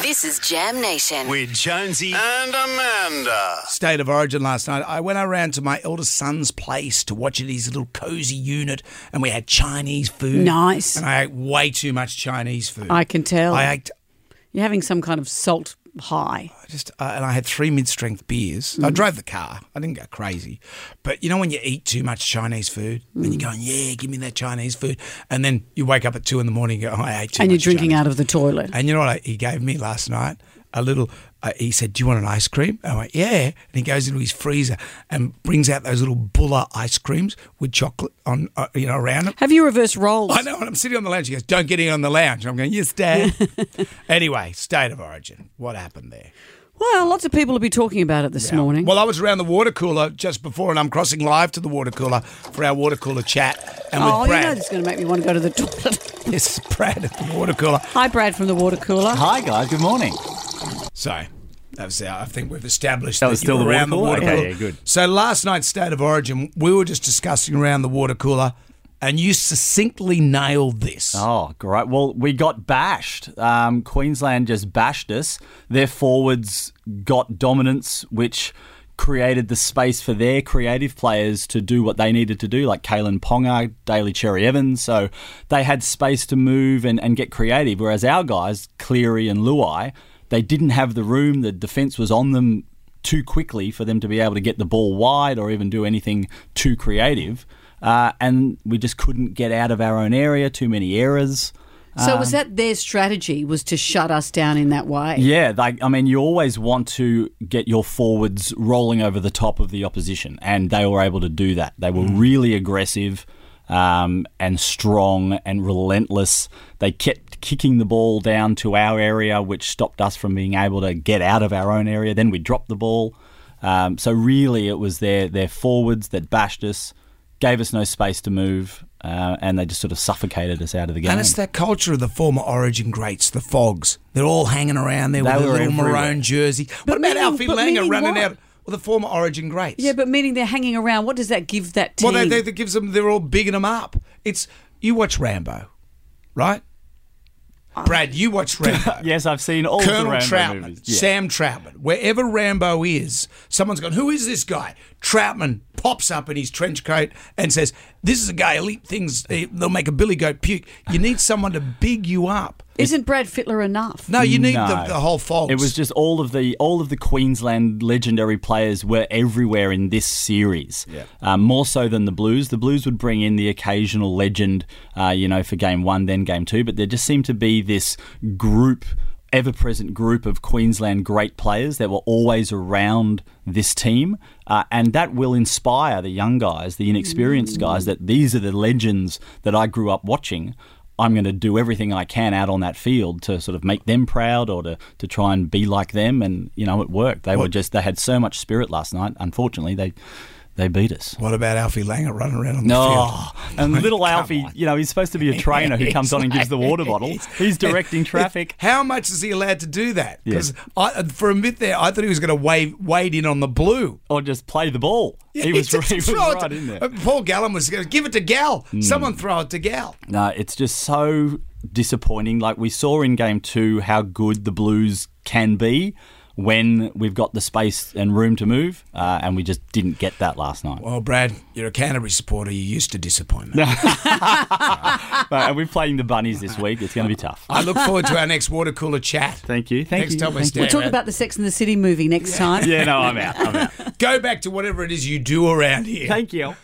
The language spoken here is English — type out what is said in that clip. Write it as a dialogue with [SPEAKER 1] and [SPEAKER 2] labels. [SPEAKER 1] This is Jam Nation.
[SPEAKER 2] with Jonesy.
[SPEAKER 3] and Amanda.
[SPEAKER 2] State of Origin last night. I went around to my eldest son's place to watch it. His little cozy unit, and we had Chinese food.
[SPEAKER 4] Nice.
[SPEAKER 2] And I ate way too much Chinese food.
[SPEAKER 4] I can tell.
[SPEAKER 2] I ate
[SPEAKER 4] You're having some kind of salt high.
[SPEAKER 2] I just uh, and I had three mid-strength beers.
[SPEAKER 4] Mm.
[SPEAKER 2] I drove the car. I didn't go crazy, but you know when you eat too much Chinese food and
[SPEAKER 4] Mm.
[SPEAKER 2] you're going, yeah, give me that Chinese food, and then you wake up at two in the morning, and go, oh, I ate too
[SPEAKER 4] and you're
[SPEAKER 2] much
[SPEAKER 4] drinking
[SPEAKER 2] Chinese
[SPEAKER 4] out of the toilet.
[SPEAKER 2] and you know what I, he gave me last night? A little. Uh, he said, "Do you want an ice cream?" I went, "Yeah." And he goes into his freezer and brings out those little Bulla ice creams with chocolate on, uh, you know, around them.
[SPEAKER 4] Have you reverse rolled?
[SPEAKER 2] I know, and I'm sitting on the lounge. He goes, "Don't get in on the lounge." And I'm going, "Yes, Dad." anyway, state of origin. What happened there?
[SPEAKER 4] Well, lots of people will be talking about it this morning.
[SPEAKER 2] Well, I was around the water cooler just before, and I'm crossing live to the water cooler for our water cooler chat. And
[SPEAKER 4] oh,
[SPEAKER 2] with
[SPEAKER 4] you know
[SPEAKER 2] Brad,
[SPEAKER 4] this is going to make me want to go to the toilet.
[SPEAKER 2] yes, Brad at the water cooler.
[SPEAKER 4] Hi, Brad from the water cooler.
[SPEAKER 5] Hi guys, good morning.
[SPEAKER 2] So that was our, I think we've established
[SPEAKER 5] That
[SPEAKER 2] that,
[SPEAKER 5] was
[SPEAKER 2] you
[SPEAKER 5] still
[SPEAKER 2] were
[SPEAKER 5] the
[SPEAKER 2] around
[SPEAKER 5] water cooler?
[SPEAKER 2] the water
[SPEAKER 5] Okay,
[SPEAKER 2] cooler.
[SPEAKER 5] yeah, good.
[SPEAKER 2] So last night's state of origin, we were just discussing around the water cooler, and you succinctly nailed this.
[SPEAKER 5] Oh, great. Well, we got bashed. Um, Queensland just bashed us. Their forwards got dominance, which created the space for their creative players to do what they needed to do, like Kalen Ponga, Daly Cherry Evans. So they had space to move and, and get creative, whereas our guys, Cleary and Luai, they didn't have the room. The defence was on them too quickly for them to be able to get the ball wide or even do anything too creative. Uh, and we just couldn't get out of our own area, too many errors.
[SPEAKER 2] Um.
[SPEAKER 4] So was that their strategy was to shut us down in that way?
[SPEAKER 5] Yeah, like I mean, you always want to get your forwards rolling over the top of the opposition, and they were able to do that. They
[SPEAKER 2] Mm.
[SPEAKER 5] were really aggressive um, and strong and relentless. They kept kicking the ball down to our area, which stopped us from being able to get out of our own area. Then we dropped the ball. Um, so really, it was their their forwards that bashed us, gave us no space to move, uh, and they just sort of suffocated us out of the game.
[SPEAKER 2] And it's that culture of the former Origin greats, the Fogs. They're all hanging around there
[SPEAKER 5] They
[SPEAKER 2] with a
[SPEAKER 5] were
[SPEAKER 2] little
[SPEAKER 5] everywhere.
[SPEAKER 2] maroon jersey. what about
[SPEAKER 4] meaning-
[SPEAKER 2] Alfie
[SPEAKER 4] but
[SPEAKER 2] Langer
[SPEAKER 4] meaning
[SPEAKER 2] running
[SPEAKER 4] what?
[SPEAKER 2] out? Well, the former Origin greats.
[SPEAKER 4] Yeah, but meaning they're hanging around. What does that give that team?
[SPEAKER 2] Well, they, they, that gives them. They're all bigging them up. It's you watch Rambo, right? Brad, you watch Rambo.
[SPEAKER 5] Yes, I've seen all the
[SPEAKER 2] Colonel
[SPEAKER 5] Rambo
[SPEAKER 2] Troutman,
[SPEAKER 5] movies. Yeah.
[SPEAKER 2] Sam Troutman. Wherever Rambo is, someone's gone. Who is this guy? Troutman pops up in his trench coat and says, "This is a guy. He'll eat things. They'll make a billy goat puke." You need someone to big you up.
[SPEAKER 4] Isn't Brad Fittler enough?
[SPEAKER 2] No, you need
[SPEAKER 5] No.
[SPEAKER 2] the, the whole fogs.
[SPEAKER 5] It was just all of the all of the Queensland legendary players were everywhere in this series. Um, more so than the Blues. The Blues would bring in the occasional legend, uh, you know, for game one, then game two. But there just seemed to be this group, ever-present group of Queensland great players that were always around this team, uh, and that will inspire the young guys, the inexperienced guys, that these are the legends that I grew up watching. I'm going to do everything I can out on that field to sort of make them proud or to, to try and be like them. And, you know, it worked. They were just, they had so much spirit last night. Unfortunately, they they beat us.
[SPEAKER 2] What about Alfie Langer running around on the
[SPEAKER 5] No.
[SPEAKER 2] field?
[SPEAKER 5] And little
[SPEAKER 2] Come
[SPEAKER 5] Alfie,
[SPEAKER 2] on.
[SPEAKER 5] you know, he's supposed to be a trainer who comes on and gives the water bottle. He's directing traffic.
[SPEAKER 2] How much is he allowed to do that? Because for a bit there, I thought he was going to wade, wade in on the blue.
[SPEAKER 5] Or just play the ball. He was, he
[SPEAKER 2] just
[SPEAKER 5] was
[SPEAKER 2] throw it
[SPEAKER 5] right Hmm.
[SPEAKER 2] to-
[SPEAKER 5] in there.
[SPEAKER 2] uh, Paul Gallen was going to give it to Gal. Someone throw it to Gal.
[SPEAKER 5] No, it's just so disappointing. Like we saw in game two how good the Blues can be when we've got the space and room to move, uh, and we just didn't get that last night.
[SPEAKER 2] Well, Brad, you're a Canterbury supporter. You used to disappointment.
[SPEAKER 5] But, and we're playing the Bunnies this week. It's going to be tough.
[SPEAKER 2] I look forward to our next water cooler chat.
[SPEAKER 5] Thank you. Thank
[SPEAKER 2] next
[SPEAKER 5] you.
[SPEAKER 2] time we
[SPEAKER 5] Thank
[SPEAKER 2] stand
[SPEAKER 4] We'll talk
[SPEAKER 2] around.
[SPEAKER 4] about the Sex and the City movie next time.
[SPEAKER 5] Yeah, no, I'm out. I'm out.
[SPEAKER 2] Go back to whatever it is you do around here.
[SPEAKER 5] Thank you.